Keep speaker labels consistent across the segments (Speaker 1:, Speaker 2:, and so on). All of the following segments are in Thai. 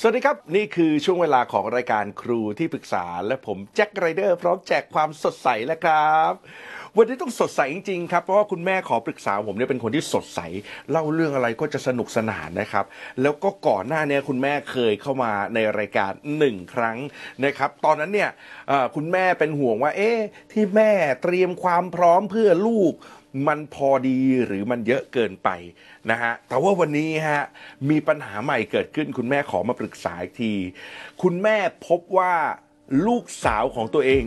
Speaker 1: สวัสดีครับ นี่คือช่วงเวลาของรายการครูที่ปรึกษาและผมแจ็คไรเดอร์พร้อมแจกความสดใสแล้วครับ วันนี้ต้องสดใสจริงๆครับเพราะว่าคุณแม่ขอปรึกษาผมเนี่ยเป็นคนที่สดใส เล่าเรื่องอะไรก็จะสนุกสนานนะครับ แล้วก็ก่อนหน้าเนี้คุณแม่เคยเข้ามาในรายการหนึ่งครั้งนะครับตอนนั้นเนี่ยเอ่อคุณแม่เป็นห่วงว่าเอ๊ะที่แม่เตรียมความพร้อมเพื่อลูก มันพอดีหรือมันเยอะเกินไปนะฮะ แต่ว่าวันนี้ฮะมีปัญหาใหม่เกิดขึ้น คุณแม่ขอมาปรึกษาอีกที คุณแม่พบว่าลูกสาวของตัวเอง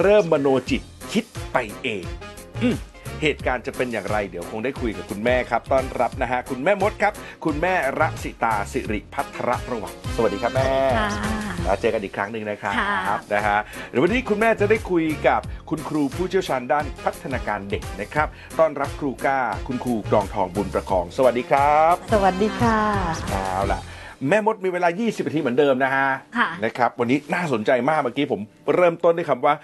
Speaker 1: เริ่มมโนจิตคิดไปเองอมเหตุการณ์จะเป็นอย่างไร เดี๋ยวคงได้คุยกับคุณแม่ครับ ต้อนรับนะฮะ คุณแม่มดครับ คุณแม่รัศิตาสิริพัทรประวัติ สวัสดีครับแม่
Speaker 2: ค่ะ
Speaker 1: นะเจอกันอีกครั้งหนึ่งนะครับ
Speaker 2: ค่ะ
Speaker 1: นะฮะเดี๋ยววันนี้คุณแม่จะได้คุยกับคุณครูผู้เชี่ยวชาญด้านพัฒนาการเด็กนะครับ ต้อนรับครูก้า คุณครูกรองทองบุญประคอง สวัสดีครับ
Speaker 3: สวัสดีค่ะ
Speaker 1: เอาล่ะ แม่มดมีเวลา 20นาทีเหมือนเดิมนะฮะ
Speaker 2: ค่ะ
Speaker 1: นะครับ วันนี้น่าสนใจมากเมื่อกี้ผมเริ่มต้นด้วยคำว่า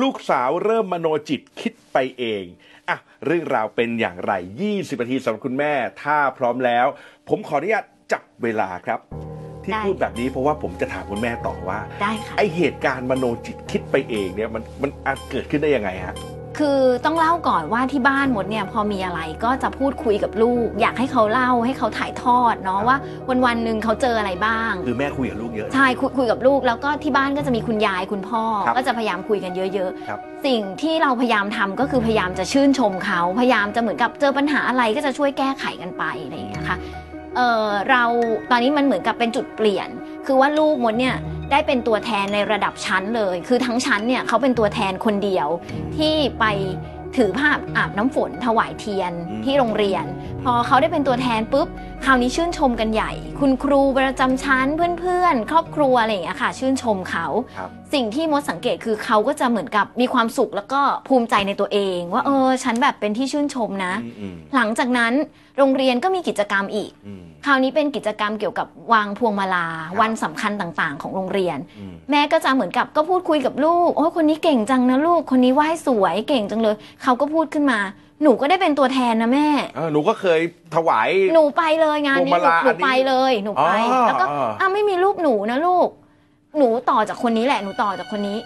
Speaker 1: ลูกสาวเริ่มมโนจิตคิดไปเองอ่ะเรื่องราวเป็นอย่างไร 20นาทีสำหรับคุณแม่ ถ้าพร้อมแล้ว ผมขออนุญาตจับเวลาครับ ที่
Speaker 2: ได้
Speaker 1: พูดแบบนี้เพราะว่าผมจะถามคุณแม่ต่อว่า
Speaker 2: ได้ค่ะ
Speaker 1: ไอเหตุการณ์มโนจิตคิดไปเองเนี่ยมันมันอาจเกิดขึ้นได้ยังไงฮะ
Speaker 2: คือต้องเล่าก่อนว่าที่บ้านมดเนี่ยพอมีอะไรก็จะพูดคุยกับลูก อยากให้เขาเล่าให้เขาถ่ายทอดเนาะว่าวันวันๆหนึ่งเขาเจออะไรบ้าง
Speaker 1: คือแม่คุยกับลูกเยอะ
Speaker 2: ใช่คุยคุยกับลูกแล้วก็ที่บ้านก็จะมีคุณยายคุณพ่อ
Speaker 1: ครับ
Speaker 2: ก็จะพยายามคุยกันเยอะ
Speaker 1: ครับ
Speaker 2: ๆ สิ่งที่เราพยายามทำก็คือพยายามจะชื่นชมเขา พยายามจะเหมือนกับเจอปัญหาอะไรก็จะช่วยแก้ไขกันไปอะไรอย่างเงี้ยค่ะเออเราตอนนี้มันเหมือนกับเป็นจุดเปลี่ยน คือว่าลูกมดเนี่ยได้เป็นตัวแทนในระดับชั้นเลย คือทั้งชั้นเนี่ยเขาเป็นตัวแทนคนเดียวที่ไปถือภาพอาบน้ำฝนถวายเทียนที่โรงเรียน พอเขาได้เป็นตัวแทนปุ๊บ คราวนี้ชื่นชมกันใหญ่ คุณครูประจำชั้นเพื่อนๆ ครอบครัวอะไรอย่างเงี้ยค่ะ ชื่นชมเขา
Speaker 1: ครับ
Speaker 2: สิ่งที่มดสังเกตคือเขาก็จะเหมือนกับมีความสุขแล้วก็ภูมิใจในตัวเอง ว่าเออฉันแบบเป็นที่ชื่นชมนะ
Speaker 1: อืมอืม
Speaker 2: หลังจากนั้นโรงเรียนก็มีกิจกรรมอีก
Speaker 1: อืม
Speaker 2: คราวนี้เป็นกิจกรรมเกี่ยวกับวางพวงมาลา
Speaker 1: ครับ
Speaker 2: วันสำคัญต่างๆ ของโรงเรียน
Speaker 1: อืม
Speaker 2: แม่ก็จะเหมือนกับก็พูดคุยกับลูก โอ้ยคนนี้เก่งจังนะลูก คนนี้ไหว้สวยเก่งจังเลย เขาก็พูดขึ้นมา หนูก็ได้เป็นตัวแทนนะแม่
Speaker 1: เออหนูก็เคยถวาย
Speaker 2: หนูไปเลยงานนี้
Speaker 1: พวง
Speaker 2: หนู
Speaker 1: มาลา
Speaker 2: หนู
Speaker 1: อันนี้
Speaker 2: ไปเลยหนูไป
Speaker 1: อ๋อ
Speaker 2: แล้วก็
Speaker 1: อ๋ออ่
Speaker 2: อ่ะไม่มีรูปหนูนะลูก หนูต่อจากคนนี้แหละหนูต่อจากคนนี้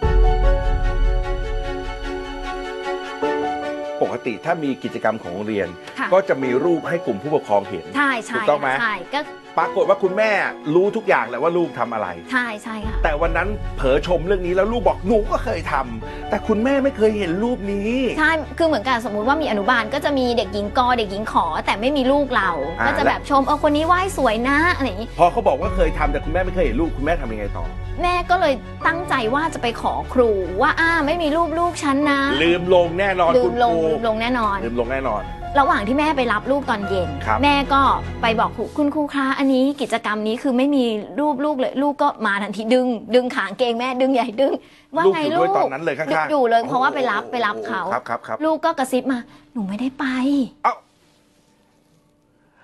Speaker 1: ปกติถ้ามีกิจกรรมของโรงเรียน
Speaker 2: ค่ะ
Speaker 1: ก็จะมีรูปให้กลุ่มผู้ปกครองเห็น
Speaker 2: ใช่
Speaker 1: ถู
Speaker 2: ใช่
Speaker 1: กต้องไหม
Speaker 2: ใช่ก็
Speaker 1: ปรากฏว่าคุณแม่รู้ทุกอย่างแหละว่าลูกทำอะไร
Speaker 2: ใช่ใช่ค่ะ
Speaker 1: แต่วันนั้นเผลอชมเรื่องนี้แล้วลูกบอกหนูก็เคยทำแต่คุณแม่ไม่เคยเห็นรูปนี้
Speaker 2: ใช่ คือเหมือนกันสมมุติว่ามีอนุบาลก็จะมีเด็กหญิงกอเด็กหญิงขอ แต่ไม่มีลูกเรา
Speaker 1: อ่า
Speaker 2: ก็จะแบบชมเออคนนี้ไหว้สวยนะอะไรอย่างนี้
Speaker 1: พอเขาบอกว่าเคยทำแต่คุณแม่ไม่เคยเห็นรูปคุณแม่ทำยังไงต่อ
Speaker 2: แม่ก็เลยตั้งใจว่าจะไปขอครูว่าอ้าไม่มีรูปลูกฉันนะ
Speaker 1: ลืมลงแน่นอน
Speaker 2: ลื
Speaker 1: คุ
Speaker 2: ม
Speaker 1: ณ
Speaker 2: ล
Speaker 1: ค
Speaker 2: ง
Speaker 1: รู
Speaker 2: ลืมลงแน่นอน
Speaker 1: ลืมลงแน่นอน
Speaker 2: ระหว่างที่แม่ไปรับลูกตอนเย็น
Speaker 1: ครับ
Speaker 2: แม่ก็ไปบอกครูคุณครูคะอันนี้กิจกรรมนี้คือไม่มีรูปลูกเลยลูกก็มาทันทีดึง ดึงขางเกงแม่ดึงใหญ่ดึง ว่าไง
Speaker 1: ลู
Speaker 2: ลู
Speaker 1: กอยู่ด้วย
Speaker 2: ก
Speaker 1: ตอนนั้นเลยข้างๆ
Speaker 2: อยู่เลยเพราะว่า
Speaker 1: โอ้
Speaker 2: ไปรับไปรับเขา
Speaker 1: ครับครับ ครับ
Speaker 2: ลูกก็กระซิบมา หนูไม่ได้ไป
Speaker 1: เอ้า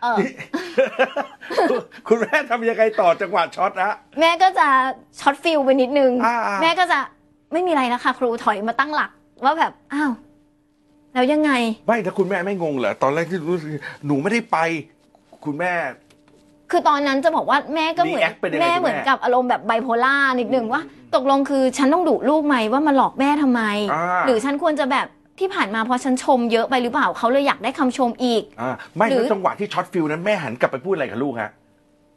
Speaker 2: เออ
Speaker 1: คุณแม่ทำยังไงต่อจังหวะช็อตนะ
Speaker 2: แม่ก็จะช็อตฟิลไปนิดนึง
Speaker 1: อ่าๆ
Speaker 2: แม่ก็จะไม่มีอะไรแล้วค่ะ ครูถอยมาตั้งหลัก ว่าแบบอ้าวแล้วยังไง
Speaker 1: ไม่ถ้าคุณแม่ไม่งงเหรอตอนแรกที่รู้สึกหนูไม่ได้ไป คุณแม่
Speaker 2: คือตอนนั้นจะบอกว่าแม่ก็เหมือน
Speaker 1: React เป็นยังไง
Speaker 2: แม่
Speaker 1: คุณแม่
Speaker 2: เหมือนกับอารมณ์แบบไบโพล่านิดนึงว่า ตกลงคือฉันต้องดุลูกไหมว่ามาหลอกแม่ทำไม
Speaker 1: อ่า
Speaker 2: หรือฉันควรจะแบบที่ผ่านมาพอฉันชมเยอะไปหรือเปล่าเขาเลยอยากได้คำชมอีก
Speaker 1: อ่าไม่
Speaker 2: หรือ
Speaker 1: แล้วจังหวะที่ช็อตฟิลนั้นแม่หันกลับไปพูดอะไรกับลูกฮะ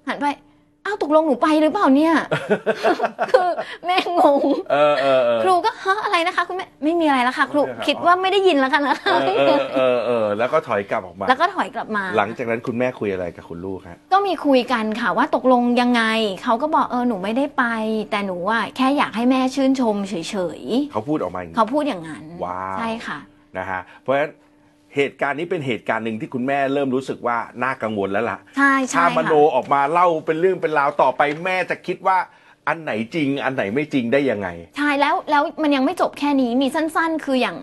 Speaker 2: หันไปอ้าวตกลงหนูไปหรือเปล่า เนี่ย คือแม่งง
Speaker 1: เออเออเออ
Speaker 2: ครูก็ฮะอะไรนะคะ คุณแม่ไม่มีอะไรแล้วค่ะ ครู
Speaker 1: ไม่มีอะไร
Speaker 2: คิดว่าไม่ได้ยินแล้วค่ะนะ
Speaker 1: เออเออเออเออแล้วก็ถอยกลับออกมา
Speaker 2: แล้วก็ถอยกลับมา
Speaker 1: หลังจากนั้นคุณแม่คุยอะไรกับคุณลูกฮะ
Speaker 2: ก็มีคุยกันค่ะว่าตกลงยังไง เขาก็บอกเออหนูไม่ได้ไป แต่หนูว่าแค่อยากให้แม่ชื่นชมเฉยๆ
Speaker 1: เขาพูดออกมาอย่างนี้
Speaker 2: เขาพูดอย่างนั้น
Speaker 1: ว้าว
Speaker 2: ใช่ค่ะ
Speaker 1: นะฮะเพราะฉะนั้นเหตุการณ์นี้เป็นเหตุการณ์หนึ่งที่คุณแม่เริ่มรู้สึกว่าน่ากังวลแล้วล่ะ
Speaker 2: ใช่ใช่
Speaker 1: ถ้า
Speaker 2: ค่ะ
Speaker 1: มโนออกมาเล่าเป็นเรื่องเป็นราวต่อไปแม่จะคิดว่าอันไหนจริง อันไหนไม่จริงได้ยังไง
Speaker 2: ใช่แล้วแล้วมันยังไม่จบแค่นี้มีสั้น ๆ คืออย่าง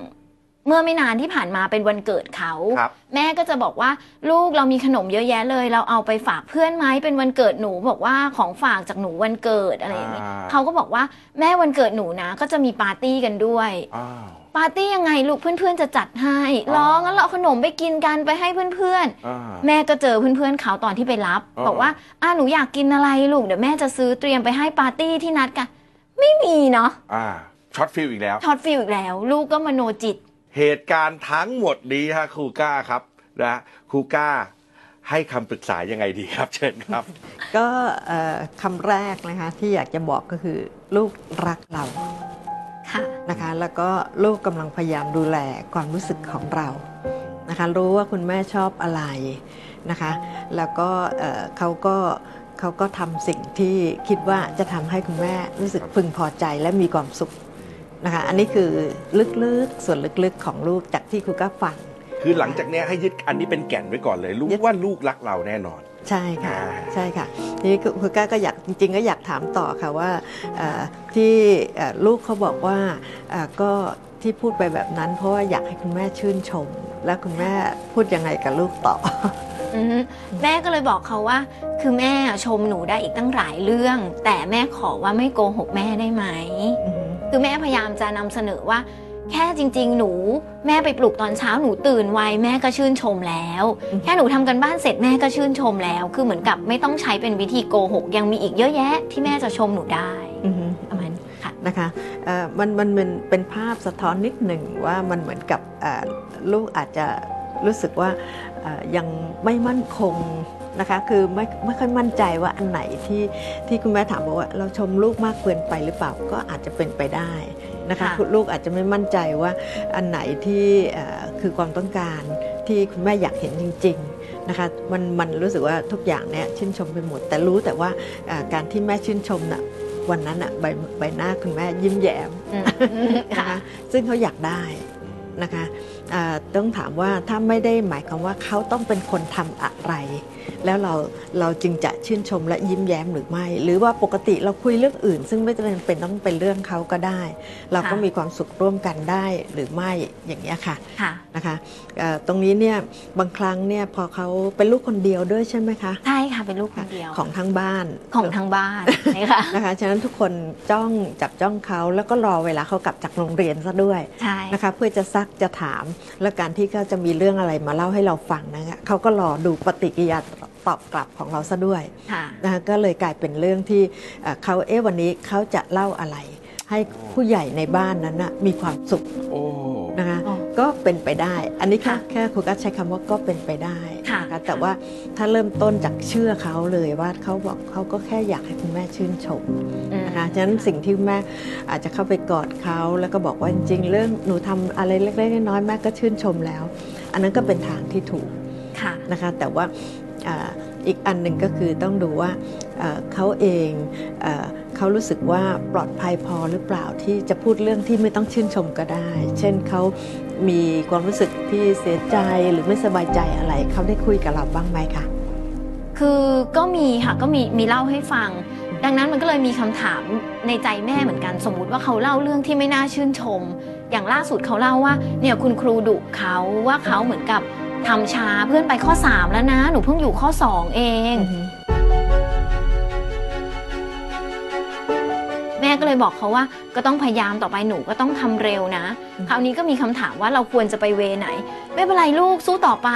Speaker 2: เมื่อไม่นานที่ผ่านมาเป็นวันเกิดเขา
Speaker 1: ครับ
Speaker 2: แม่ก็จะบอกว่าลูกเรามีขนมเยอะแยะเลย เราเอาไปฝากเพื่อนไหมเป็นวันเกิดหนูบอกว่าของฝากจากหนูวันเกิดอะไรอย่างเงี้ย
Speaker 1: อ่า
Speaker 2: เขาก็บอกว่าแม่วันเกิดหนูนะ ก็จะมีปาร์ตี้กันด้วย
Speaker 1: อ้าว
Speaker 2: ปาร์ตี้ยังไงลูกเพื่อนๆจะจัดให้
Speaker 1: อ๋อ
Speaker 2: ร้องงั้นเราเอาขนมไปกินกันไปให้เพื่อน
Speaker 1: อ่า
Speaker 2: ๆ แม่ก็เจอเพื่อนๆเขาตอนที่ไปรับ
Speaker 1: อ๋อ
Speaker 2: บอกว่าอ่าหนูอยากกินอะไรลูกเดี๋ยวแม่จะซื้อเตรียมไปให้ปาร์ตี้ที่นัดกัน ไม่มีเนาะ
Speaker 1: อ่าช็อตฟิลอีกแล้ว
Speaker 2: ช็อตฟิลอีกแล้ว ลูกก็มโนจิต
Speaker 1: เหตุการณ์ทั้งหมดนี้ฮะครูก้าครับนะครูก้า ให้คำปรึกษายังไงดีครับ เชิญครับ
Speaker 3: ก็เอ่อคำแรกนะคะที่อยากจะบอกก็คือลูกรักเรา
Speaker 2: ค่ะ
Speaker 3: นะคะ แล้วก็ลูกกำลังพยายามดูแลความรู้สึกของเรานะคะ รู้ว่าคุณแม่ชอบอะไรนะคะ แล้วก็เอ่อเขาก็เขาก็ทำสิ่งที่คิดว่าจะทำให้คุณแม่รู้สึกพึงพอใจและมีความสุขนะคะ อันนี้คือลึกๆส่วนลึกๆของลูกจากที่ครูก้าฟัง
Speaker 1: คือหลังจากเนี้ยให้ยึดอันนี้เป็นแก่นไว้ก่อนเลยรู้
Speaker 3: ยึด
Speaker 1: ว่าลูกรักเราแน่นอน
Speaker 3: ใช่ค่ะ
Speaker 1: อ่า
Speaker 3: ใช่ค่ะทีนี้คุณก้าก็อยากจริง ๆ ก็อยากถามต่อค่ะว่าเอ่อที่เอ่อลูกเขาบอกว่าเอ่อก็ที่พูดไปแบบนั้น เพราะว่าอยากให้คุณแม่ชื่นชม และคุณแม่พูดยังไงกับลูกต่อ
Speaker 2: อือฮึแม่ก็เลยบอกเขาว่า คือแม่ชมหนูได้อีกตั้งหลายเรื่อง แต่แม่ขอว่าไม่โกหกแม่ได้ไหม คือแม่พยายามจะนำเสนอว่า แค่จริง ๆ หนู แม่ไปปลุกตอนเช้าหนูตื่นไวแม่ก็ชื่นชมแล้ว
Speaker 3: อืม
Speaker 2: แค่หนูทำกันบ้านเสร็จแม่ก็ชื่นชมแล้ว คือเหมือนกับไม่ต้องใช้เป็นวิธีโกหก ยังมีอีกเยอะแยะ ที่แม่จะชมหนูได้
Speaker 3: อือหือ
Speaker 2: ประมาณนี้ค่ะ
Speaker 3: นะคะเอ่อมันมันมันเป็นภาพสะท้อนนิดหนึ่งว่ามันเหมือนกับเอ่อลูกอาจจะรู้สึกว่าเอ่อยังไม่มั่นคงนะคะคือไม่ไม่ค่อยมั่นใจว่าอันไหนที่ที่คุณแม่ถามบอกว่าเราชมลูกมากเกินไปหรือเปล่าก็อาจจะเป็นไปได้นะคะ
Speaker 2: ค่ะ
Speaker 3: คุณลูกอาจจะไม่มั่นใจว่าอันไหนที่เอ่อคือความต้องการที่คุณแม่อยากเห็นจริงๆนะคะมันมันรู้สึกว่าทุกอย่างเนี่ยชื่นชมไปหมด แต่รู้แต่ว่าเอ่อการที่แม่ชื่นชมน่ะ วันนั้นอะใบใบหน้าคุณแม่ยิ้มแย้ม
Speaker 2: อืม
Speaker 3: นะ
Speaker 2: ค่ะ
Speaker 3: คะซึ่งเขาอยากได้นะคะอ่าต้องถามว่าถ้าไม่ได้หมายความว่าเขาต้องเป็นคนทำอะไร แล้วเราเราจึงจะชื่นชมและยิ้มแย้มหรือไม่ หรือว่าปกติเราคุยเรื่องอื่น ซึ่งไม่จำเป็นต้องเป็นเรื่องเขาก็ได้ เราก็
Speaker 2: ค่ะ
Speaker 3: มีความสุขร่วมกันได้หรือไม่อย่างเงี้ยค่ะ
Speaker 2: ค่ะ
Speaker 3: นะคะเอ่อตรงนี้เนี่ยบางครั้งเนี่ยพอเขาเป็นลูกคนเดียวด้วยใช่ไหมคะ
Speaker 2: ใช่ค่ะเป็นลูกคนเดียว
Speaker 3: ของทั้งบ้าน
Speaker 2: ของทาง บ้านนะคะ
Speaker 3: นะคะ ฉะนั้นทุกคนจ้องจับจ้องเขาแล้วก็รอเวลาเขากลับจากโรงเรียนซะด้วย
Speaker 2: ใช่
Speaker 3: นะคะ เพื่อจะซักจะถาม และการที่เขาจะมีเรื่องอะไรมาเล่าให้เราฟังนะคะเขาก็รอดูปฏิกิริยาตอบกลับของเราซะด้วย
Speaker 2: ค่ะ
Speaker 3: นะคะ ก็เลยกลายเป็นเรื่องที่เอ่อเขาเอ๊ะวันนี้เขาจะเล่าอะไร ให้ผู้ใหญ่ในบ้านนั้นนะมีความสุข
Speaker 1: โอ้
Speaker 3: นะคะ
Speaker 2: อ๋อ
Speaker 3: ก็เป็นไปได้ อันนี้แค่
Speaker 2: ค่ะ
Speaker 3: แค่คุณก็ใช้คำว่าก็เป็นไปได้
Speaker 2: ค่ะ
Speaker 3: นะคะ
Speaker 2: ค่ะ
Speaker 3: แต่ว่าถ้าเริ่มต้นจากเชื่อเขาเลยว่าเขาบอกเขาก็แค่อยากให้คุณแม่ชื่นชม
Speaker 2: อืม
Speaker 3: นะคะฉะนั้นสิ่งที่แม่อาจจะเข้าไปกอดเขาแล้วก็บอกว่าจริงๆ เรื่องหนูทำอะไรเล็กๆน้อยๆแม่ก็ชื่นชมแล้ว อันนั้นก็เป็นทางที่ถูก
Speaker 2: ค่ะ
Speaker 3: นะคะ แต่ว่าอ่าอีกอันหนึ่งก็คือต้องดูว่าเอ่อเขาเองเอ่อเขารู้สึกว่าปลอดภัยพอหรือเปล่าที่จะพูดเรื่องที่ไม่ต้องชื่นชมก็ได้ เช่นเขามีความรู้สึกที่เสียใจหรือไม่สบายใจอะไรเขาได้คุยกับเราบ้างไหมคะ
Speaker 2: คือก็มีค่ะก็มีมีเล่าให้ฟัง ดังนั้นมันก็เลยมีคำถามในใจแม่เหมือนกันสมมุติว่าเขาเล่าเรื่องที่ไม่น่าชื่นชม อย่างล่าสุดเขาเล่าว่าเนี่ยคุณครูดุเขาว่าเขาเหมือนกับทำช้าเพื่อนไปข้อ 3 แล้วนะ หนูเพิ่งอยู่ข้อ 2 เอง แม่ก็เลยบอกเขาว่าก็ต้องพยายามต่อไปหนูก็ต้องทำเร็วนะ
Speaker 3: อืม
Speaker 2: คราวนี้ก็มีคำถามว่าเราควรจะไปเวไหน ไม่เป็นไรลูกสู้ต่อไป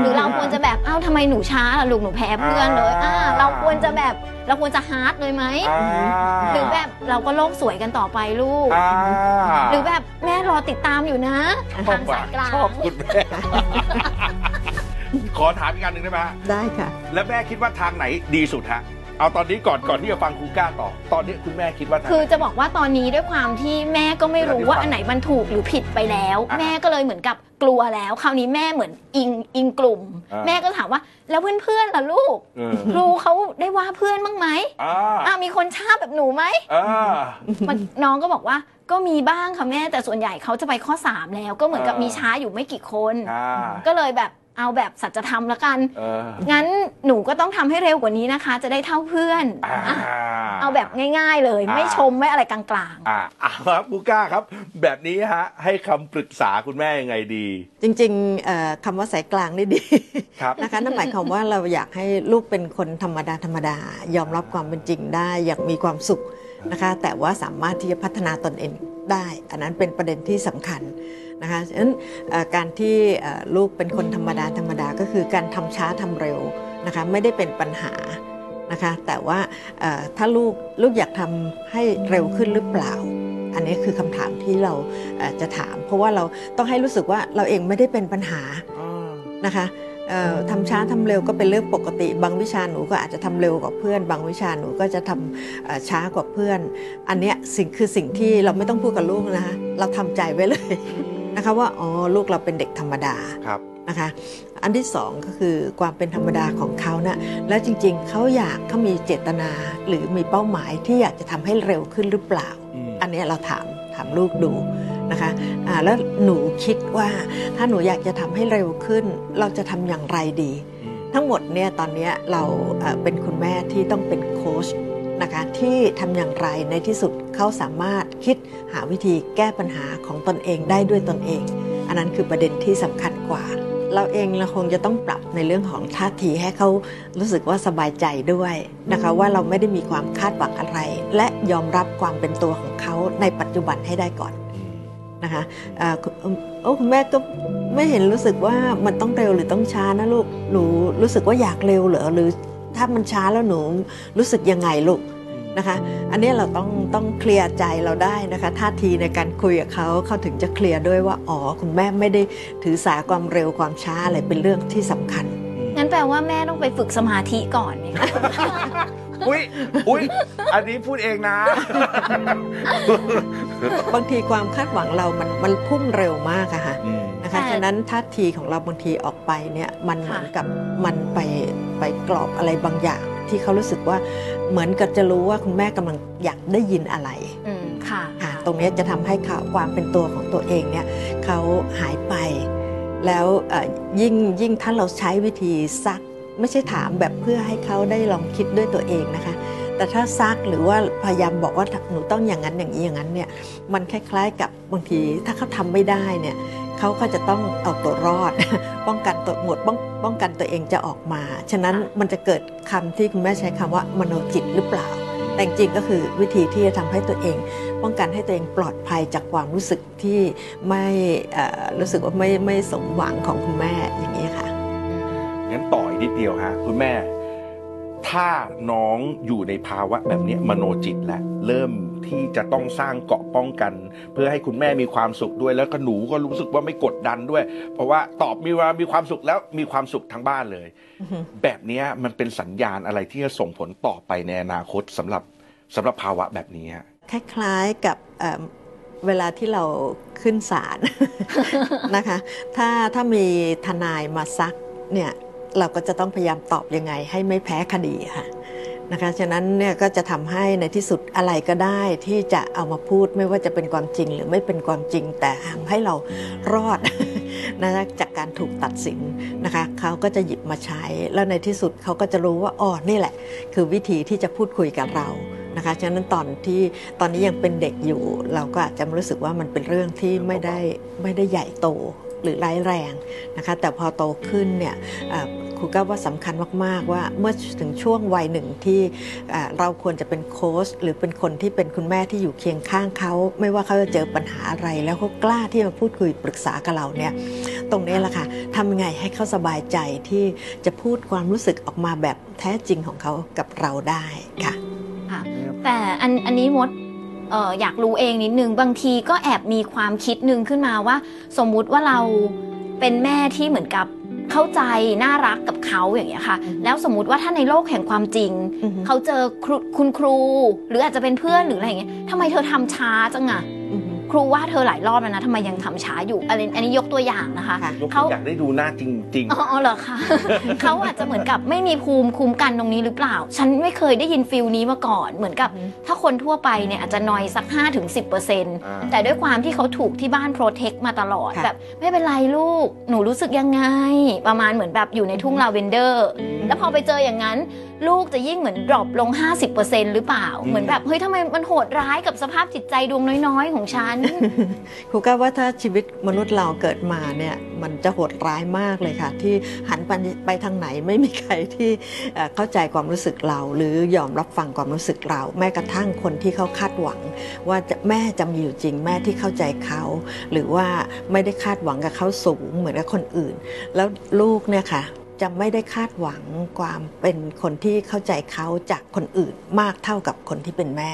Speaker 2: หรือเราควรจะแบบเอ้าทำไมหนูช้าล่ะลูกหนูแพ้เพื่อนเลยอ่า
Speaker 1: อ่า
Speaker 2: เราควรจะแบบเราควรจะฮาร์ดเลยไหม
Speaker 1: อ่า
Speaker 2: หรือแบบเราก็โลกสวยกันต่อไปลูก
Speaker 1: อ่า
Speaker 2: หรือแบบแม่รอติดตามอยู่นะ
Speaker 1: ชอบ
Speaker 2: ทาง
Speaker 1: ว่ะ
Speaker 2: สายกลาง
Speaker 1: ชอบคุณแม่ ขอถามอีกอันหนึ่งได้ไหมฮะ
Speaker 3: ได้ค่ะ
Speaker 1: แล้วแม่คิดว่าทางไหนดีสุดฮะ เอาตอนนี้ก่อนก่อนที่จะฟังครูก้าต่อ ตอนนี้คุณแม่คิดว่าทางไหน
Speaker 2: คือจะบอกว่าตอนนี้ด้วยความที่แม่ก็ไม่รู้ว่าอันไหนมันถูกหรือผิดไปแล้ว
Speaker 1: อ่า
Speaker 2: แม่ก็เลยเหมือนกับกลัวแล้ว คราวนี้แม่เหมือนอิงอิงกลุ่ม
Speaker 1: อ่า
Speaker 2: แม่ก็ถามว่าแล้วเพื่อนๆล่ะลูก
Speaker 1: เออ
Speaker 2: ครูเขาได้ว่าเพื่อนบ้างไหม
Speaker 1: อ่า
Speaker 2: อ่ามีคนชาแบบหนู ไหม
Speaker 1: อ่า
Speaker 2: มันน้องก็บอกว่าก็มีบ้างค่ะแม่แต่ส่วนใหญ่เขาจะไปข้อ 3 แล้วก็เหมือนกับ
Speaker 1: เออ
Speaker 2: มีช้าอยู่ไม่กี่คน
Speaker 1: อ่า
Speaker 2: ก็เลยแบบเอาแบบสัจธรรมละกัน
Speaker 1: เออ
Speaker 2: งั้นหนูก็ต้องทำให้เร็วกว่านี้นะคะ จะได้เท่าเพื่อน
Speaker 1: อ่า
Speaker 2: อ่ะ เอาแบบง่าย ๆ เลย
Speaker 1: อ่า
Speaker 2: ไม่ชมไม่อะไรกลาง
Speaker 1: อ่าอ่าครับบูก้าครับ แบบนี้ฮะ ให้คำปรึกษาคุณแม่ยังไงดี
Speaker 3: จริงๆเอ่อคำว่าสายกลางนี่ดี
Speaker 1: ครับ
Speaker 3: นะคะนั่นหมายความว่าเราอยากให้ลูกเป็นคนธรรมดาธรรมดา ยอมรับความเป็นจริงได้ อยากมีความสุขนะคะ แต่ว่าสามารถที่จะพัฒนาตนเองได้ อันนั้นเป็นประเด็นที่สำคัญนะคะฉะนั้นเอ่อการที่เอ่อลูกเป็นคนธรรมดาธรรมดาก็คือการทำช้าทำเร็วนะคะไม่ได้เป็นปัญหานะคะ แต่ว่าเอ่อถ้าลูกลูกอยากทำให้เร็วขึ้นหรือเปล่า อันนี้คือคำถามที่เราเอ่อจะถาม เพราะว่าเราต้องให้รู้สึกว่าเราเองไม่ได้เป็นปัญหา นะคะเอ่อทำช้าทำเร็วก็เป็นเรื่องปกติ บางวิชาหนูก็อาจจะทำเร็วกว่าเพื่อน บางวิชาหนูก็จะทำเอ่อช้ากว่าเพื่อน อันเนี้ยสิ่งคือสิ่งที่เราไม่ต้องพูดกับลูกนะคะเราทำใจไว้เลย นะคะว่าอ๋อลูกเราเป็นเด็กธรรมดา
Speaker 1: ครับ
Speaker 3: นะคะอันที่สองก็คือความเป็นธรรมดาของเขานะ่ะแล้วจริงๆเขาอยากเขามีเจตนา หรือมีเป้าหมายที่อยากจะทำให้เร็วขึ้นหรือเปล่า
Speaker 1: อืม
Speaker 3: อันเนี้ยเราถามถามลูกดูนะคะอ่าแล้วหนูคิดว่าถ้าหนูอยากจะทำให้เร็วขึ้น เราจะทำอย่างไรดี
Speaker 1: อืม
Speaker 3: ทั้งหมดเนี่ยตอนเนี้ยเราเอ่อเป็นคุณแม่ที่ต้องเป็นโค้ชนะคะที่ทำอย่างไรในที่สุดเขาสามารถคิดหาวิธีแก้ปัญหาของตนเองได้ด้วยตนเอง อันนั้นคือประเด็นที่สำคัญกว่า เราเองเราคงจะต้องปรับในเรื่องของท่าทีให้เขารู้สึกว่าสบายใจด้วยนะคะว่าเราไม่ได้มีความคาดหวังอะไร และยอมรับความเป็นตัวของเขาในปัจจุบันให้ได้ก่อน
Speaker 1: อืม
Speaker 3: นะคะอ่าคุณโอ้คุณแม่ก็ไม่เห็นรู้สึกว่ามันต้องเร็วหรือต้องช้านะลูก หนูรู้สึกว่าอยากเร็วเหรอหรือถ้ามันช้าแล้วหนูรู้สึกยังไงลูกนะคะ อันเนี้ยเราต้องต้องเคลียร์ใจเราได้นะคะท่าทีในการคุยกับเขาเขาถึงจะเคลียร์ด้วยว่าอ๋อคุณแม่ไม่ได้ถือสาความเร็วความช้าอะไรเป็นเรื่องที่สำคัญ
Speaker 2: ๆ งั้นแปลว่าแม่ต้องไปฝึกสมาธิก่อนไหมคะ
Speaker 1: อุ๊ย อุ๊ย อันนี้พูดเองนะ
Speaker 3: บางทีความคาดหวังเรามันมันพุ่งเร็วมากอะค่ะ นะคะ
Speaker 2: แต่
Speaker 3: ฉะนั้นท่าทีของเราบางทีออกไปเนี่ยมันเห
Speaker 2: ค่ะ
Speaker 3: มือนกับมันไปไปกรอบอะไรบางอย่าง ที่เขารู้สึกว่าเหมือนกับจะรู้ว่าคุณแม่กำลังอยากได้ยินอะไร
Speaker 2: อืมค่ะ
Speaker 3: อ่ะตรงเนี้ยจะทำให้เขาความเป็นตัวของตัวเองเนี่ยเขาหายไป แล้วเอ่อยิ่งยิ่งถ้าเราใช้วิธีซัก ไม่ใช่ถามแบบเพื่อให้เขาได้ลองคิดด้วยตัวเองนะคะ แต่ถ้าซักหรือว่าพยายามบอกว่าหนูต้องอย่างนั้นอย่างนี้อย่างนั้นเนี่ยมันคล้ายๆกับบางทีถ้าเขาทำไม่ได้เนี่ยเขาก็จะต้องเอาตัวรอด ป้องกันตัวหมดป้องป้องกันตัวเองจะออกมา ฉะนั้นมันจะเกิดคำที่คุณแม่ใช้คำว่ามโนจิตหรือเปล่า แต่จริงๆก็คือวิธีที่จะทำให้ตัวเอง ป้องกันให้ตัวเองปลอดภัยจากความรู้สึกที่ไม่เอ่อรู้สึกว่าไม่ไม่สมหวังของคุณแม่อย่างนี้ค่ะ
Speaker 1: งั้นต่ออีกนิดเดียวฮะคุณแม่ ถ้าน้องอยู่ในภาวะแบบเนี้ยมโนจิตแล้วเริ่มที่จะต้องสร้างเกราะป้องกัน เพื่อให้คุณแม่มีความสุขด้วย แล้วก็หนูก็รู้สึกว่าไม่กดดันด้วย เพราะว่าตอบมีว่ามีความสุขแล้วมีความสุขทั้งบ้านเลย
Speaker 3: อือฮึ
Speaker 1: แบบเนี้ยมันเป็นสัญญาณอะไรที่จะส่งผลต่อไปในอนาคตสำหรับสำหรับภาวะแบบนี้ฮะ
Speaker 3: คล้ายๆกับเอ่อเวลาที่เราขึ้นศาล นะคะ ถ้าถ้ามีทนายมาซักเนี่ยเราก็จะต้องพยายามตอบยังไง ให้ไม่แพ้คดีค่ะนะคะฉะนั้นเนี่ยก็จะทำให้ในที่สุดอะไรก็ได้ที่จะเอามาพูดไม่ว่าจะเป็นความจริงหรือไม่เป็นความจริงแต่ทำให้เรารอด นะคะจากการถูกตัดสินนะคะเขาก็จะหยิบมาใช้ แล้วในที่สุดเขาก็จะรู้ว่าอ๋อนี่แหละ คือวิธีที่จะพูดคุยกับเรานะคะ ฉะนั้นตอนที่ตอนนี้ยังเป็นเด็กอยู่ เราก็อาจจะรู้สึกว่ามันเป็นเรื่องที่ไม่ได้ไม่ได้ใหญ่โตหรือร้ายแรงนะคะ แต่พอโตขึ้นเนี่ยเอ่อครูก็ว่าสำคัญมาก ๆ ว่าเมื่อถึงช่วงวัยหนึ่งที่เอ่อเราควรจะเป็นโค้ชหรือเป็นคนที่เป็นคุณแม่ที่อยู่เคียงข้างเขา ไม่ว่าเขาจะเจอปัญหาอะไร แล้วเขากล้าที่มาพูดคุยปรึกษากับเราเนี่ย ตรงนี้แหละค่ะทำยังไงให้เขาสบายใจที่จะพูดความรู้สึกออกมาแบบแท้จริงของเขากับเราได้ค่ะ
Speaker 2: แต่อันอันนี้มดเอ่ออยากรู้เองนิดนึง บางทีก็แอบมีความคิดหนึ่งขึ้นมาว่า สมมุติว่าเราเป็นแม่ที่เหมือนกับเข้าใจน่ารักกับเขาอย่างเงี้ยค่ะ
Speaker 3: อืม
Speaker 2: แล้วสมมติว่าถ้าในโลกแห่งความจริง
Speaker 3: อือฮึ
Speaker 2: เขาเจอครูคุณครู หรืออาจจะเป็นเพื่อนหรืออะไรอย่างเงี้ยทำไมเธอทำช้าจังอะ
Speaker 3: อือฮึ
Speaker 2: ครูว่าเธอหลายรอบแล้วนะทำไมยังทำช้าอยู่อะไรอันนี้ยกตัวอย่างนะคะ
Speaker 3: ค่ะ
Speaker 1: ยกตั
Speaker 2: เขา
Speaker 1: วอยากได้ดูหน้าจริง
Speaker 2: อ๋ออ๋อเหรอคะ เขาอาจจะเหมือนกับไม่มีภูมิคุ้มกันตรงนี้หรือเปล่า ฉันไม่เคยได้ยินฟิลนี้มาก่อน เหมือนกับ
Speaker 3: อืม
Speaker 2: ถ้าคนทั่วไปเนี่ยอาจจะนอยสัก
Speaker 1: า
Speaker 2: 5-10%แต่ด้วยความที่เขาถูกที่บ้านโปรเทคมาตลอด
Speaker 3: ค่ะ
Speaker 2: แบบไม่เป็นไรลูก หนูรู้สึกยังไง ประมาณเหมือนแบบอยู่ในทุ่งลาเวนเดอร์ แล้วพอไปเจออย่างนั้น ลูกจะยิ่งเหมือนดรอปลง 50%หรือเปล่า
Speaker 1: อืม
Speaker 2: เหมือนแบบเฮ้ยทำไมมันโหดร้ายกับสภาพจิตใจดวงน้อยๆ ของฉัน
Speaker 3: ครูก้าว่าถ้าชีวิตมนุษย์เราเกิดมาเนี่ยมันจะโหดร้ายมากเลยค่ะ ที่หันไปไปทางไหนไม่มีใครที่เอ่อเข้าใจความรู้สึกเรา หรือยอมรับฟังความรู้สึกเรา แม้กระทั่งคนที่เขาคาดหวัง ว่าจะแม่จะมีอยู่จริงแม่ที่เข้าใจเขา หรือว่าไม่ได้คาดหวังกับเขาสูงเหมือนกับคนอื่น แล้วลูกเนี่ยค่ะจะไม่ได้คาดหวังความเป็นคนที่เข้าใจเขาจากคนอื่นมากเท่ากับคนที่เป็นแม่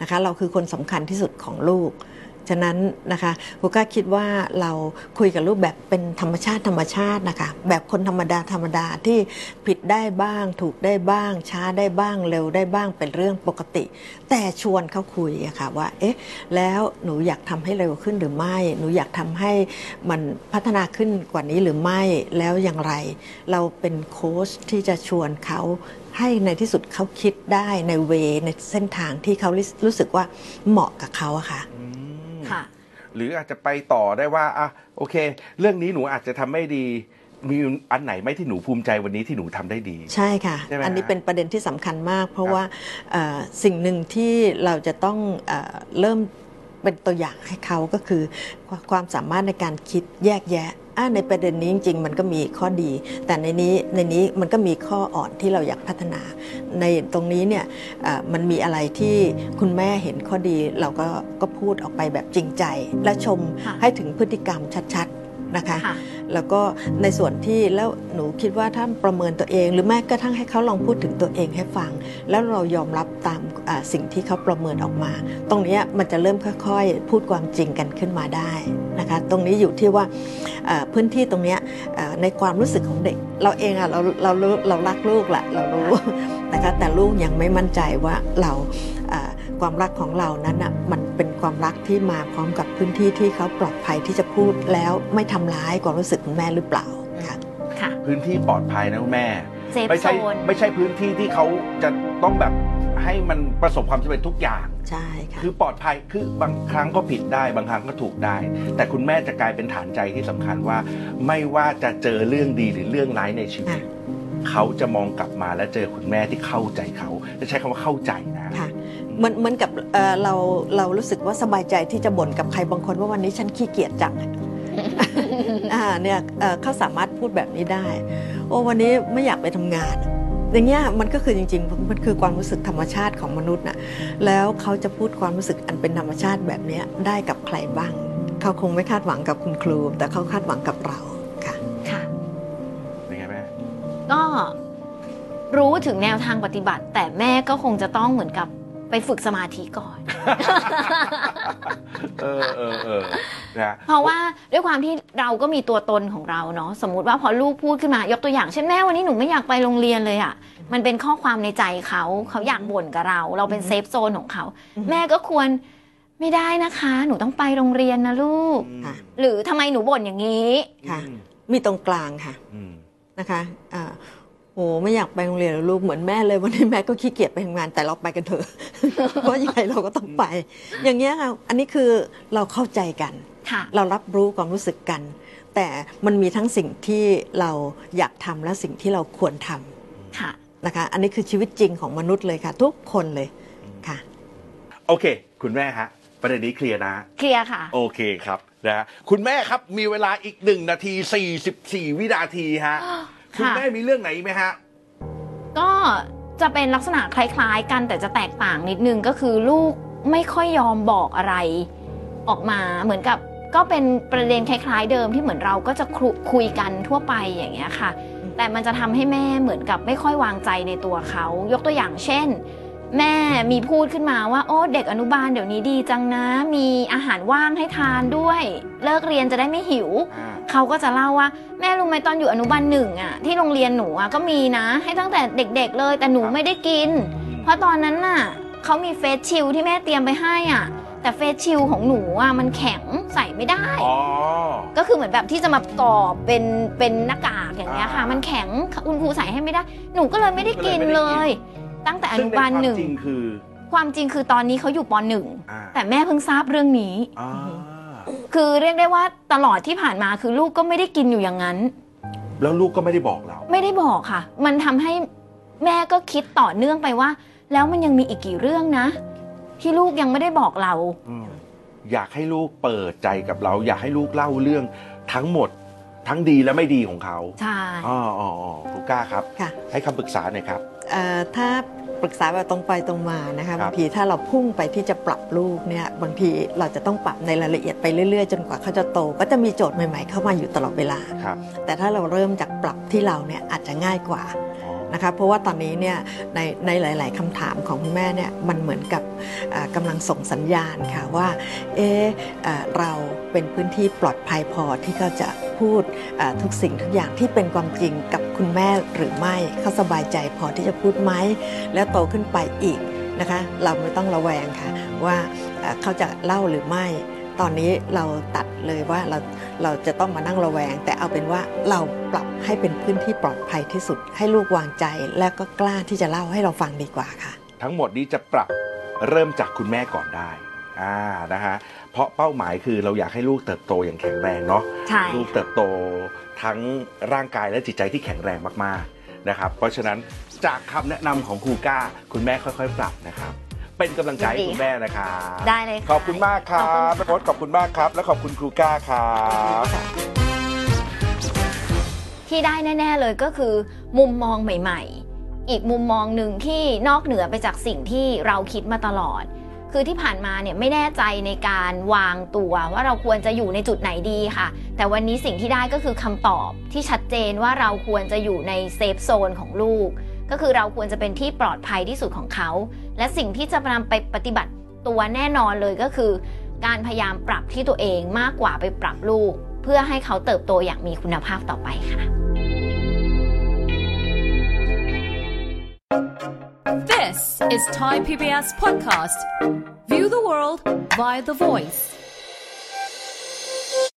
Speaker 3: นะคะ เราคือคนสำคัญที่สุดของลูก ฉะนั้นนะคะครูก้าคิดว่าเราคุยกับลูกแบบเป็นธรรมชาติธรรมชาตินะคะ แบบคนธรรมดาธรรมดาที่ผิดได้บ้าง ถูกได้บ้าง ช้าได้บ้างเร็วได้บ้างเป็นเรื่องปกติ แต่ชวนเขาคุยอะค่ะว่าเอ๊ะแล้วหนูอยากทำให้เร็วขึ้นหรือไม่ หนูอยากทำให้มันพัฒนาขึ้นกว่านี้หรือไม่แล้วอย่างไร เราเป็นโค้ชที่จะชวนเขาให้ในที่สุดเขาคิดได้ในเวในเส้นทางที่เขารู้สึกว่าเหมาะกับเขาอะค่ะ
Speaker 1: ๆอืม
Speaker 2: ค่ะ
Speaker 1: หรืออาจจะไปต่อได้ว่าอ่ะโอเค เรื่องนี้หนูอาจจะทำไม่ดี มีอันไหนไหมที่หนูภูมิใจวันนี้ที่หนูทำได้ดี
Speaker 3: ใช่ค่ะ
Speaker 1: ใช่ไหม
Speaker 3: อันนี้
Speaker 1: ฮะ
Speaker 3: เป็นประเด็นที่สำคัญมาก เพราะ
Speaker 1: ครับ
Speaker 3: ว่าเอ่อสิ่งหนึ่งที่เราจะต้องเออเริ่มเป็นตัวอย่างให้เขาก็คือควความสามารถในการคิดแยกแยะอ่ะในประเด็นนี้จริง ๆ มันก็มีข้อดี แต่ในนี้ในนี้มันก็มีข้ออ่อนที่เราอยากพัฒนา ในตรงนี้เนี่ยเอ่อมันมีอะไรที่คุณแม่เห็นข้อดี เราก็ก็พูดออกไปแบบจริงใจ และชม
Speaker 2: ค่ะ
Speaker 3: ให้ถึงพฤติกรรมชัดๆนะคะ
Speaker 2: ค่ะ
Speaker 3: แล้วก็ในส่วนที่แล้วหนูคิดว่าถ้าประเมินตัวเอง หรือแม้กระทั่งให้เขาลองพูดถึงตัวเองให้ฟัง แล้วเรายอมรับตามอ่าสิ่งที่เขาประเมินออกมา ตรงเนี้ยมันจะเริ่มค่อยๆ พูดความจริงกันขึ้นมาได้นะคะตรงนี้อยู่ที่ว่าเอ่อพื้นที่ตรงเนี้ยเอ่อในความรู้สึกของเด็ก เราเองอะเราเรารู้เรารักลูกแหละเรารู้ นะคะแต่ลูกยังไม่มั่นใจว่าเราเอ่อความรักของเรานั้นอะมันเป็นความรักที่มาพร้อมกับพื้นที่ที่เขาปลอดภัยที่จะพูดแล้วไม่ทำร้ายความรู้สึกของแม่หรือเปล่าค่ะ
Speaker 2: ค่ะ
Speaker 1: พื้นที่ปลอดภัยนะคุณแม่
Speaker 2: เซฟ
Speaker 1: ไม่
Speaker 2: โซ
Speaker 1: ใช่
Speaker 2: น
Speaker 1: ไม่ใช่พื้นที่ที่เขาจะต้องแบบให้มันประสบความสำเร็จทุกอย่าง
Speaker 3: ใช่ค่ะ
Speaker 1: คือปลอดภัยคือบางครั้งก็ผิดได้ บางครั้งก็ถูกได้ แต่คุณแม่จะกลายเป็นฐานใจที่สำคัญว่า ไม่ว่าจะเจอเรื่องดีหรือเรื่องร้ายในชีวิต
Speaker 3: ค่ะ
Speaker 1: เขาจะมองกลับมาและเจอคุณแม่ที่เข้าใจเขาจะใช้คำว่าเข้าใจนะ
Speaker 3: ค่ะเหมือนเหมือนกับเอ่อเราเรารู้สึกว่าสบายใจที่จะบ่นกับใครบางคนว่าวันนี้ฉันขี้เกียจจัง อ่าเนี่ยเอ่อเขาสามารถพูดแบบนี้ได้ โอ้วันนี้ไม่อยากไปทำงาน อย่างเงี้ยมันก็คือจริงๆมันคือความรู้สึกธรรมชาติของมนุษย์น่ะแล้วเขาจะพูดความรู้สึกอันเป็นธรรมชาติแบบเนี้ยได้กับใครบ้าง เขาคงไม่คาดหวังกับคุณครู แต่เขาคาดหวังกับเราค่ะ
Speaker 2: ค่ะ
Speaker 1: เป็นไงแม่
Speaker 2: ก็รู้ถึงแนวทางปฏิบัติ แต่แม่ก็คงจะต้องเหมือนกับไปฝึกสมาธิก่อน
Speaker 1: เออเออเออนะ
Speaker 2: เพราะว่าด้วยความที่เราก็มีตัวตนของเราเนาะสมมติว่าพอลูกพูดขึ้นมายกตัวอย่างเช่นแม่วันนี้หนูไม่อยากไปโรงเรียนเลยอะ่ะมันเป็นข้อความในใจเขาเขาอยากบ่นกับเรา เราเป็นเซฟโซนของเขา
Speaker 3: อืม
Speaker 2: แม่ก็ควรไม่ได้นะคะ หนูต้องไปโรงเรียนนะลูก
Speaker 1: อืม
Speaker 3: ค่ะ
Speaker 2: หรือทำไมหนูบ่นอย่างนี้
Speaker 3: ค่ะ
Speaker 1: อืม
Speaker 3: มีตรงกลางค่ะ
Speaker 1: อืม
Speaker 3: นะคะอ่าโอ้ไม่อยากไปโรงเรียนเหรอลูกเหมือนแม่เลยวันนี้แม่ก็ ขี้เกียจไปทำงานแต่เราไปกันเถอะ เพราะยังไงเราก็ต้องไป อย่างเงี้ยค่ะอันนี้คือเราเข้าใจกัน
Speaker 2: ค่ะ
Speaker 3: เรารับรู้ความรู้สึกกัน แต่มันมีทั้งสิ่งที่เราอยากทำและสิ่งที่เราควรทำ
Speaker 2: ค่ะ
Speaker 3: นะคะ อันนี้คือชีวิตจริงของมนุษย์เลยค่ะ ทุกคนเลยค่ะ
Speaker 1: โอเค คุณแม่ฮะ ประเด็นนี้เคลียร์นะ
Speaker 2: เคลียร์ค่ะ
Speaker 1: โอเคครับนะฮะคุณแม่ครับมีเวลาอีก 1 นาที 44 วินาทีฮะ คุณแม่มีเรื่องไหนอีกไหมฮะ
Speaker 2: ก็จะเป็นลักษณะคล้ายๆ กันแต่จะแตกต่างนิดนึงก็คือลูกไม่ค่อยยอมบอกอะไร ออกมาเหมือนกับก็เป็นประเด็นคล้าย ๆ เดิมที่เหมือนเราก็จะครุคุยกันทั่วไปอย่างเงี้ยค่ะ
Speaker 3: อืม
Speaker 2: แต่มันจะทำให้แม่เหมือนกับไม่ค่อยวางใจในตัวเขา ยกตัวอย่างเช่น แม่มีพูดขึ้นมาว่าโอ้เด็กอนุบาลเดี๋ยวนี้ดีจังนะ มีอาหารว่างให้ทานด้วย เลิกเรียนจะได้ไม่หิว
Speaker 1: อ่า
Speaker 2: เขาก็จะเล่าว่าแม่รู้ไหมตอนอยู่อนุบาลหนึ่งอะที่โรงเรียนหนูอะก็มีนะ ให้ตั้งแต่เด็กๆเลยแต่หนู
Speaker 1: ครับ
Speaker 2: ไม่ได้กิน เพราะตอนนั้นน่ะเขามีเฟสชิลที่แม่เตรียมไปให้อ่ะ แต่เฟซชิลของหนูอ่ะมันแข็งใส่ไม่ได้
Speaker 1: อ๋อ
Speaker 2: ก็คือเหมือนแบบที่จะมาประกอบเป็นเป็นหน้ากากอย่างเงี้ยค่ะ
Speaker 1: อ่ามั
Speaker 2: มันแข็งคุณครูใส่ให้ไม่ได้ หนูก็เลยไม่ได้กิน
Speaker 1: ก็เล
Speaker 2: เลย
Speaker 1: ไม่ได้กิน
Speaker 2: ย ตั้งแต่อ
Speaker 1: ซึ่ง
Speaker 2: นุ
Speaker 1: ใน
Speaker 2: บาล
Speaker 1: ควา
Speaker 2: ห
Speaker 1: ม
Speaker 2: นึ่ง
Speaker 1: จริงคือ
Speaker 2: ความจริงคือตอนนี้เขาอยู่ปหนึ่ง
Speaker 1: อ่า
Speaker 2: แต่แม่เพิ่งทราบเรื่องนี้
Speaker 1: อ่า
Speaker 2: คือเรียกได้ว่าตลอดที่ผ่านมาคือลูกก็ไม่ได้กินอยู่อย่างนั้น
Speaker 1: แล้วลูกก็ไม่ได้บอกเรา
Speaker 2: ไม่ได้บอกค่ะ มันทำให้แม่ก็คิดต่อเนื่องไปว่า แล้วมันยังมีอีกกี่เรื่องนะ ที่ลูกยังไม่ได้บอกเรา
Speaker 1: อืมอยากให้ลูกเปิดใจกับเรา อยากให้ลูกเล่าเรื่องทั้งหมดทั้งดีและไม่ดีของเขา
Speaker 2: ใช่
Speaker 1: อ๋ออ๋ออ๋อครูก้าครับ
Speaker 3: ค่ะ
Speaker 1: ให้คำปรึกษาหน่อยครับ
Speaker 3: เอ่อถ้าปรึกษาแบบตรงไปตรงมานะคะ
Speaker 1: ครับ
Speaker 3: บางทีถ้าเราพุ่งไปที่จะปรับลูกเนี่ยบางทีเราจะต้องปรับในรายละเอียดไปเรื่อยๆ จนกว่าเขาจะโต ก็จะมีโจทย์ใหม่ๆ เข้ามาอยู่ตลอดเวลา
Speaker 1: ครับ
Speaker 3: แต่ถ้าเราเริ่มจากปรับที่เราเนี่ยอาจจะง่ายกว่า
Speaker 1: อ๋อ
Speaker 3: นะคะเพราะว่าตอนนี้เนี่ยในในหลาย ๆคำถามของคุณแม่เนี่ยมันเหมือนกับเอ่อกำลังส่งสัญญาณค่ะว่าเอะเอ่อเราเป็นพื้นที่ปลอดภัยพอที่เขาจะพูดเอ่อทุกสิ่งทุกอย่างที่เป็นความจริงกับคุณแม่หรือไม่เขาสบายใจพอที่จะพูดไหม แล้วโตขึ้นไปอีกนะคะ เราไม่ต้องระแวงค่ะ ว่าเอ่อเขาจะเล่าหรือไม่ ตอนนี้เราตัดเลยว่าเราเราจะต้องมานั่งระแวง แต่เอาเป็นว่าเราปรับให้เป็นพื้นที่ปลอดภัยที่สุด ให้ลูกวางใจ และก็กล้าที่จะเล่าให้เราฟังดีกว่าค่ะ
Speaker 1: ทั้งหมดนี้จะปรับเริ่มจากคุณแม่ก่อนได้ อ่า นะฮะ เพราะเป้าหมายคือเราอยากให้ลูกเติบโตอย่างแข็งแรงเนาะ
Speaker 2: ใช่
Speaker 1: ลูกเติบโตทั้งร่างกายและจิตใจที่แข็งแรงมากๆนะครับ เพราะฉะนั้นจากคำแนะนำของครูก้า คุณแม่ค่อยๆ ปรับนะครับ เป็นกำลังใจให้
Speaker 2: ยินดี
Speaker 1: คุณแม่นะครับ
Speaker 2: ได้เลยะ
Speaker 1: ขอบคุณมากครับโค้ชขอบคุณมากครับ และขอบคุณครูก้าครับ
Speaker 2: ที่ได้แน่ ๆ เลยก็คือมุมมองใหม่ ๆ อีกมุมมองหนึ่งที่นอกเหนือไปจากสิ่งที่เราคิดมาตลอด คือที่ผ่านมาเนี่ยไม่แน่ใจในการวางตัวว่าเราควรจะอยู่ในจุดไหนดีค่ะ แต่วันนี้สิ่งที่ได้ก็คือคำตอบที่ชัดเจนว่าเราควรจะอยู่ในเซฟโซนของลูก ก็คือเราควรจะเป็นที่ปลอดภัยที่สุดของเขา และสิ่งที่จะนำไปปฏิบัติตัวแน่นอนเลยก็คือ การพยายามปรับที่ตัวเองมากกว่าไปปรับลูก เพื่อให้เขาเติบโตอย่างมีคุณภาพต่อไปค่ะ
Speaker 4: This is Thai PBS Podcast. View the world via the voice.